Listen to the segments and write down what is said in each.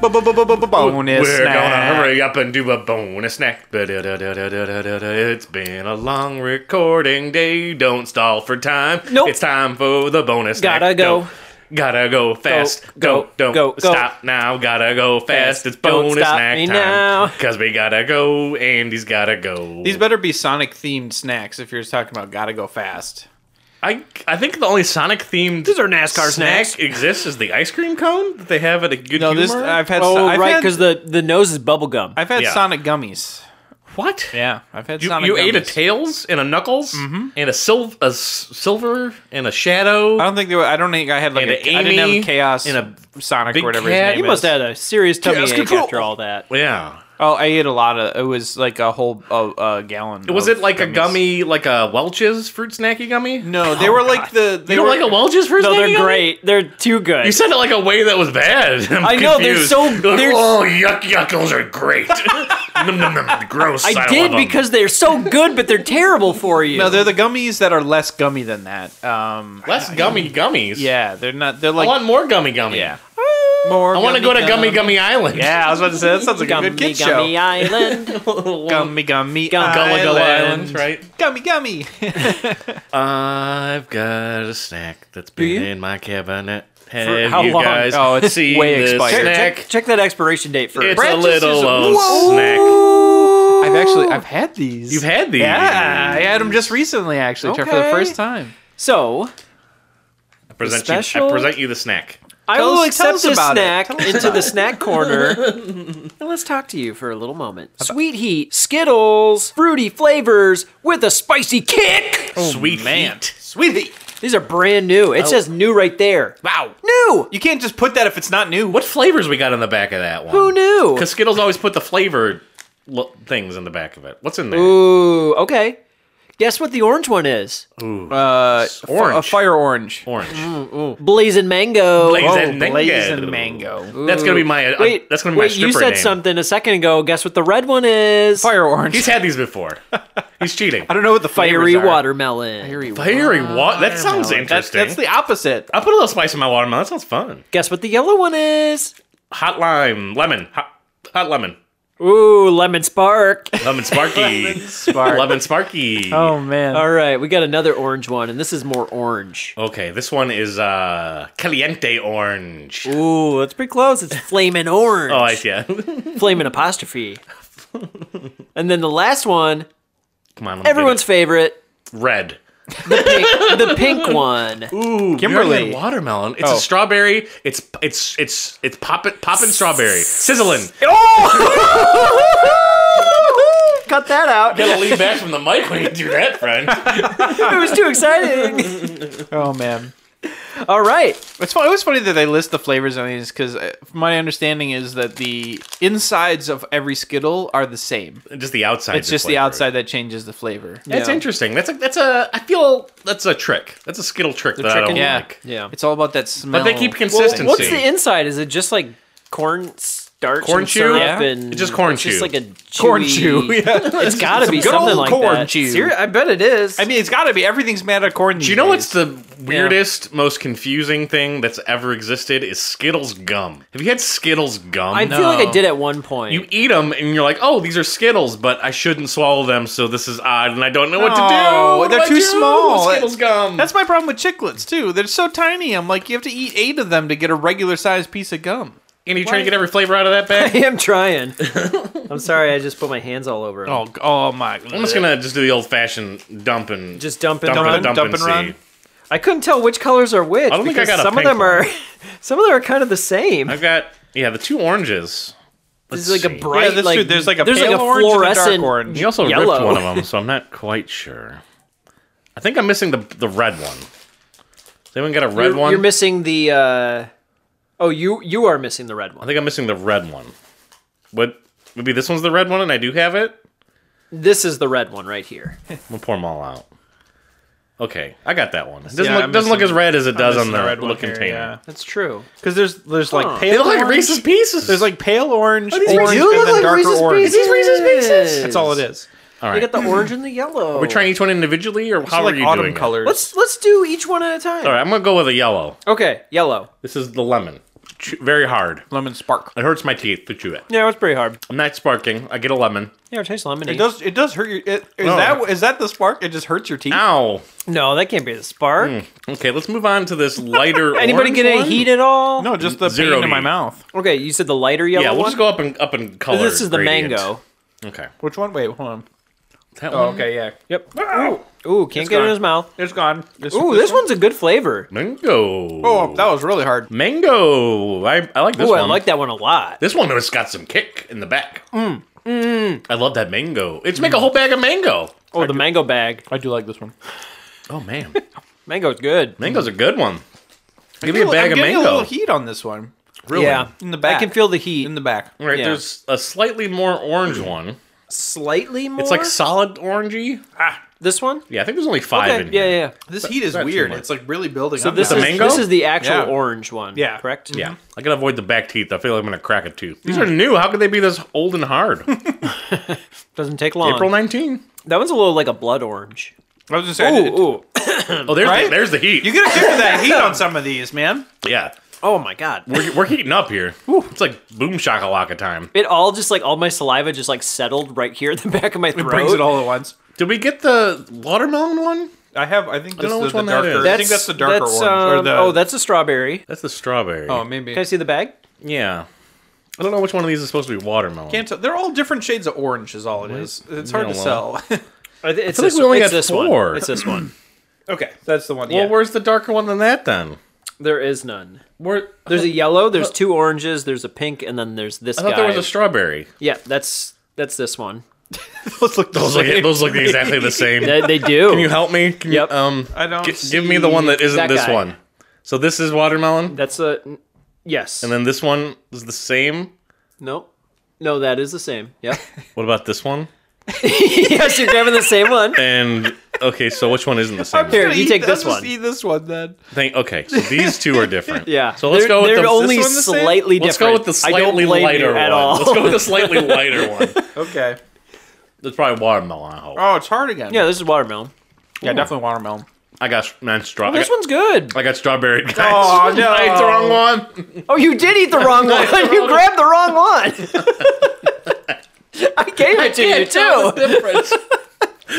bonus We're gonna snack. hurry up and do a bonus snack. It's been a long recording day. Don't stall for time. Nope. It's time for the bonus snack. Gotta go. Don't- Gotta go fast. go, Go, don't go, go. stop now. Gotta go fast. Fast. It's Don't bonus stop snack me time. now. Cause we gotta go. Andy's gotta go. These better be Sonic themed snacks if you're talking about gotta go fast. I I think the only Sonic themed These are NASCAR snack snacks. exists is the ice cream cone that they have at a good No, humor. this I've had. Oh, so- I've right, had- because the, the nose is bubblegum. I've had Yeah. Sonic gummies. what? Yeah, I've had You, Sonic. you gummies. ate a tails and a knuckles Mm-hmm. and a, sil- a s- silver and a I shadow. don't think there were, I don't think I had like And a, a I didn't Amy have chaos in and a Sonic big or whatever cat. his name You You must is. have had a serious tummy Yes, ache control. after all that. Yeah. Oh, I ate a lot of. It was like a whole uh, uh, gallon. Was of it like a gummies. gummy, like a Welch's fruit snacky gummy? No, they were like the. They You don't were like a Welch's fruit No, snacky they're gummy? great. They're too good. You said it like a way that was bad. I'm I know, they're confused. so- You're like, they're- oh, yuck, yuckles are great. Nom, nom, nom, gross. I don't did love 'em. because they're so good, but they're terrible for you. No, they're the gummies that are less gummy than that. Um, less gummy gummies. yeah, they're not. They're I like want more gummy gummy. yeah. More. I want to go to Gummy gum. Gummy Island. Yeah, I was about to say that sounds like a good kid gummy show. island. Gummy gummy Gum- Gullah Gullah island. Island, right? Gummy gummy. I've got a snack that's been you? in my cabinet. Have how you long? guys Oh, it's seen way this expired. snack? check, check that expiration date first. It's Brad a just little used- of Whoa. snack. I've actually I've had these. You've had these. Yeah, I had them just recently actually for the Okay. first time. so I present, you, Special? I present you the snack. I Tell will us- tell accept us this about it. snack Tell us into the snack corner. and let's talk to you for a little moment. Sweet heat, Skittles, fruity flavors with a spicy kick. Sweet man. heat. Sweetie. These are brand new. Oh. It says new right there. Wow. New. You can't just put that if it's not new. What flavors we got on the back of that one? Who knew? Because Skittles always put the flavored l- things in the back of it. What's in there? Ooh, okay. Guess what the orange one is? Oh. Uh, orange. A fire orange. Orange. Blazing mango. Blazing Oh, mango. blazing mango. That's gonna be my. uh, Wait, that's gonna be my wait. stripper You said name. something a second ago. Guess what the red one is? Fire orange. He's had these before. He's cheating. I don't know what the flavors Fiery are. watermelon. Fiery what? That sounds That's, interesting. that's the opposite. I put a little spice in my watermelon. That sounds fun. Guess what the yellow one is? Hot lime, lemon, hot, hot lemon, Ooh, lemon spark. lemon sparky, Spark. lemon sparky. Oh man. All right, we got another orange one, and this is more orange. Okay, this one is uh caliente orange. Ooh, that's pretty close. It's flaming orange. Oh, I yeah. Flaming apostrophe. and then the last one, Come on, let me get everyone's it. favorite, red. the pink, the pink one. Ooh, Kimberly. watermelon. It's Oh. a strawberry. It's it's it's it's poppin' poppin' strawberry. Sizzling. Oh! Cut that out. gotta lean back from the mic when you do that, friend. It was too exciting. Oh man. All right. It's fun. It was funny that they list the flavors on these because my understanding is that the insides of every Skittle are the same. Just the outside. It's just the outside that changes the flavor. That's Yeah. interesting. That's a that's a. I feel that's a trick. That's a skittle trick that I trick don't in- Yeah. like. Yeah. It's all about that smell. But they keep Well, consistency. what's the inside? Is it just like corn starch, Corn and chew? syrup Yeah. and It's just corn it's chew. Just like a chewy, Corn chew, yeah. it's got to be good something old like corn that. chew. Seri- I bet it is. I mean, it's got to be everything's made out of corn. do you know what's the weirdest, most confusing thing that's ever existed? Is Skittles gum. Have you had Skittles gum? I feel like I No. did at one point. You eat them and you're like, oh, these are Skittles, but I shouldn't swallow them, so this is odd, and I don't know what to do. No, What do. they're I too do? small. Skittles gum. That's my problem with chiclets too. They're so tiny. I'm like, you have to eat eight of them to get a regular sized piece of gum. and you trying to get every flavor out of that bag. I am trying. I'm sorry, I just put my hands all over. 'em. Oh, g- oh my! I'm just gonna just do the old fashioned dump and Just dump and dump, run? and, dump, Dump and, and run? see. I couldn't tell which colors are which. I don't think I because got a some pink of them one. are, some of them are kind of the same. I've got yeah the two oranges. Let's This is like a see. bright, Yeah, that's like true. There's like a there's pale like a orange and a dark fluorescent orange. He also ripped yellow. one of them, so I'm not quite sure. I think I'm missing the the red one. Does anyone got a red You're, one? you're missing the. Uh, oh, you you are missing the red I one. think I'm missing the red one. Would maybe this one's the red one, and I do have it. This is the red one right here. I'm gonna pour them all out. Okay, I got that one. It doesn't Yeah, look I'm doesn't look missing- as red as it does on Missing the, red one little here, container. That's true. Because there's there's like Huh. pale. They look like orange- Reese's Pieces. There's like pale orange, these orange, Reese's- and then darker orange. Pieces? These Reese's Pieces? That's all it is. all We right. got the orange and the yellow. Are we trying each one individually, or how They're are like you autumn doing it? colors. Let's let's do each one at a time. All right, I'm gonna go with a yellow. Okay, yellow. This is the lemon. chew- very hard. Lemon spark. It hurts my teeth to chew it. Yeah, it's pretty hard. I'm not sparking. I get a lemon. Yeah, it tastes lemonade. It does. It does hurt your. It, is No. that is that the spark? It just hurts your teeth. Ow. no, that can't be the spark. Hmm. Okay, let's move on to this lighter. Anybody orange get any one? heat at all? No, just the Zero pain in my heat. mouth. Okay, you said the lighter yellow Yeah, we'll one. just go up and up in color. this is the gradient. mango. Okay. Which one? Wait, hold on. That Oh, one. okay, yeah. Yep. Ow! Ooh, can't It's get it gone. in his mouth. It's gone. This, Ooh, this one's a good flavor. Mango. Oh, that was really hard. mango. I, I like this Ooh, one. I like that one a lot. This one has got some kick in the back. Mm. Mm. I love that mango. It's make a whole bag of mango. Oh, the mango bag. I do like this one. Oh man, Mango's good. mango's a good one. Give me a bag I'm of getting A mango. little heat on this one Really? Yeah, In the back. I can feel the heat. in the back. All right, Yeah. there's a slightly more orange one. Slightly more. It's like solid orangey. this one. Yeah, I think there's only five Okay. in Yeah, here. yeah. This heat is that's weird. too much. It's like really building So up. this The is now. mango? this is the actual Yeah. orange one. Yeah. Correct. Yeah, I gotta avoid the back teeth. I feel like I'm gonna crack a tooth. These are new. How could they be this old and hard? Doesn't take long. April 19. That one's a little like a blood orange. I was just saying. Ooh, Oh, ooh. there's the, Right? there's the heat. You get a kick of that heat on some of these, man. yeah, Oh my god. we're, we're heating up here. It's like boom shakalaka time. It all just like all my saliva just like settled right here at the back of my throat. Brings it all at once. Did we get the watermelon one? I have. I think this know is which the one that darker. is. I think that's the darker that's, orange. or um, the- Oh, that's a strawberry. That's the strawberry. Oh, maybe. Can I see the bag? Yeah. I don't know which one of these is supposed to be watermelon. Can't tell. They're all different shades of orange. Is all it is. It's hard to Yeah, sell. I thi- It's feel like this, we only it's got this four. one. It's this one. okay, that's the one. well, Yeah. where's the darker one than that then? There is none. Where There's a yellow. There's two oranges. There's a pink, and then there's this I thought guy. there was a strawberry. yeah, that's that's this one. Those look the Those look, those look exactly the same. They, they do. Can you help me? Can Yep. You, um, I don't gi- give me the one that isn't that this guy. one. So this is watermelon, that's a yes. and then this one is the same. no, no, that is the same. Yep. What about this one? yes, you're grabbing the same one. And okay, so which one isn't the same? Here, you take this Let's one. eat this one then. Thank, okay, so these two are different. Yeah. So let's they're, go with they're the only this one the same? slightly let's different. go with the I don't slightly blame you lighter at one. all. Let's go with the slightly lighter one. Okay. That's probably watermelon. I hope. Oh, it's hard again. yeah, this is watermelon. yeah, definitely watermelon. I got man straw. I This got- one's good. I got strawberry. Guys. Oh, no. I ate the wrong one. Oh, you did eat the wrong one. You grabbed the wrong one. I gave it to you too.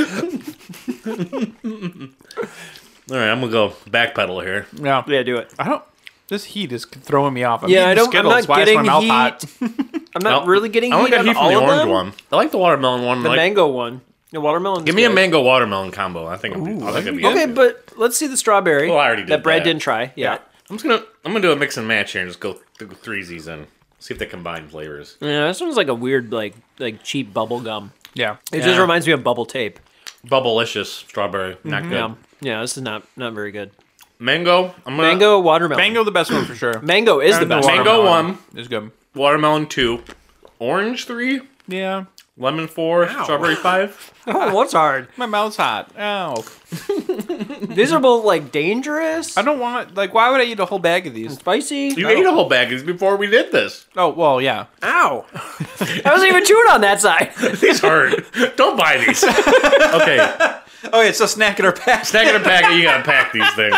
All right, I'm gonna go backpedal here. Yeah. Yeah, do it. I don't. This heat is throwing me off. I'm eating Yeah, I don't- I'm Skittles. not Why is getting my mouth heat. hot? I'm not Well, really getting I only heat got on heat from all the of orange them. one. I like the watermelon one. The like, mango one. The watermelon. give me a mango watermelon combo. I think I'm, I think it'd be Okay, good. but let's see the strawberry. Well, Oh, I already did that. Brad that. didn't try. Yeah. I'm just gonna I'm gonna do a mix and match here and just go th- threesies in. See if they combine flavors. yeah, This one's like a weird, like like cheap bubble gum. Yeah. It just Yeah. reminds me of bubble tape. Bubblicious strawberry, not good. Mm-hmm. Yeah. Yeah, this is not not very good. Mango. I'm gonna Mango watermelon. Mango, the best one for sure. Mango is the And best. watermelon. Mango. Uh, Mango watermelon is good. watermelon two, orange three, Yeah. lemon four, Ow. strawberry five. Oh, what's hard? My mouth's hot. Ow. These are both like dangerous. I don't want. Like, why would I eat a whole bag of these? Spicy. You ate a whole bag of these before we did this. Oh well, yeah. Ow! I wasn't even chewing on that side. These hurt. Don't buy these. Okay. Oh, it's a snack in our pack. Snack in a pack, you gotta pack these things.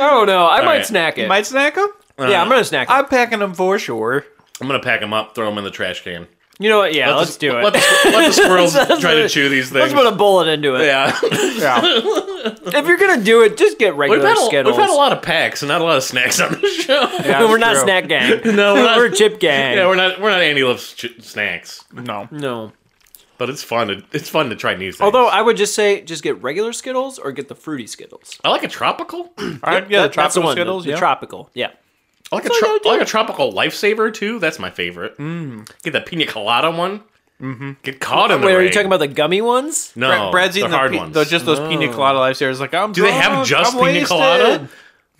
Oh no, I might right. snack it. Might snack them. yeah, I'm gonna snack it. I'm packing them for sure. I'm gonna pack them up, throw them in the trash can. you know what? Yeah, let's, the- do it. Let Let's, the, let the squirrels try to what- chew these things. put a bullet into it. yeah, we've Yeah. If you're gonna do it, just get regular had, a, Skittles. we've had a lot of packs and not a lot of snacks on the show. Yeah, that's we're not true. snack gang. No, we're not- we're chip gang. Yeah, we're not we're not Andy loves ch- snacks, No. no. but it's fun to it's fun to try new things. Although I would just say, just get regular Skittles or get the fruity Skittles. I like a tropical, All right. Yeah. That- the that's the tropical one, the- Skittles. The, yeah. tropical. Yeah. I like a all you tro- gotta I like a tropical lifesaver too. That's my favorite. Get the pina colada one. Mm-hmm. Get caught in the Mm. Wait, are you rain. talking about the gummy ones? no? Brad- Brad's the eating hard pi- ones. the- just those pina colada life series. Like, I'm Do they have Oh, drunk, just I'm pina wasted. colada?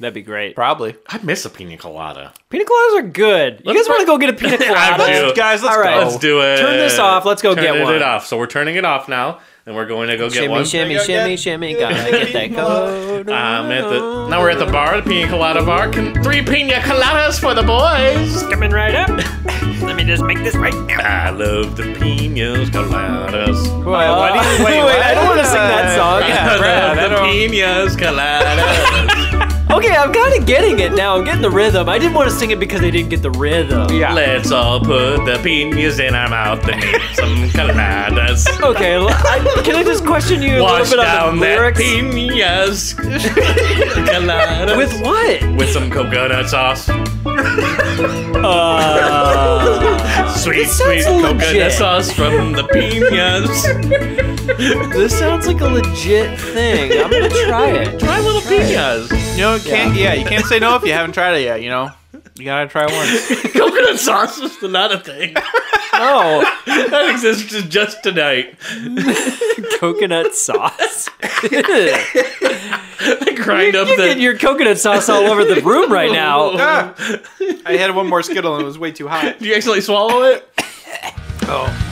That'd be great. Probably. I miss a pina colada. Pina coladas are good. You Let's guys want to try- go get a pina I colada? do. Guys, let's All right. go. Let's do it. Oh. Turn this off. Let's go Turn get it, one. it off. So we're turning it off now, and we're going to go get Shimmy, one. shimmy, shimmy, shimmy. Gotta get that code. Um, at the, now we're at the bar, the pina colada bar. Can- Three pina coladas for the boys. Coming right up. Let me just make this right now. I love the pina coladas. Wait, why do you- wait, I don't want to sing Oh, that song. I Yeah, love Brad, I the don't- pina coladas. Oh, Okay, I'm kind of getting it now. I'm getting the rhythm. I didn't want to sing it because I didn't get the rhythm. Yeah. Let's all put the penis in our mouth and eat some coladas. Okay, l- I, can I just question you a Wash little bit on down the that lyrics? penis. coladas. With what? With some coconut sauce. Uh, sweet, this sounds sweet coconut legit. sauce from the penis. This sounds like a legit thing. I'm gonna try it. Try little penis. You know, you can't, yeah. you can't say no if you haven't tried it yet, you know? You gotta try once. coconut sauce is not a thing. Oh, That exists just tonight. coconut sauce. you I grind up get the. Oh. your coconut sauce all over the room right now. Ah! I had one more Skittle and it was way too hot. Do you actually swallow it? Oh.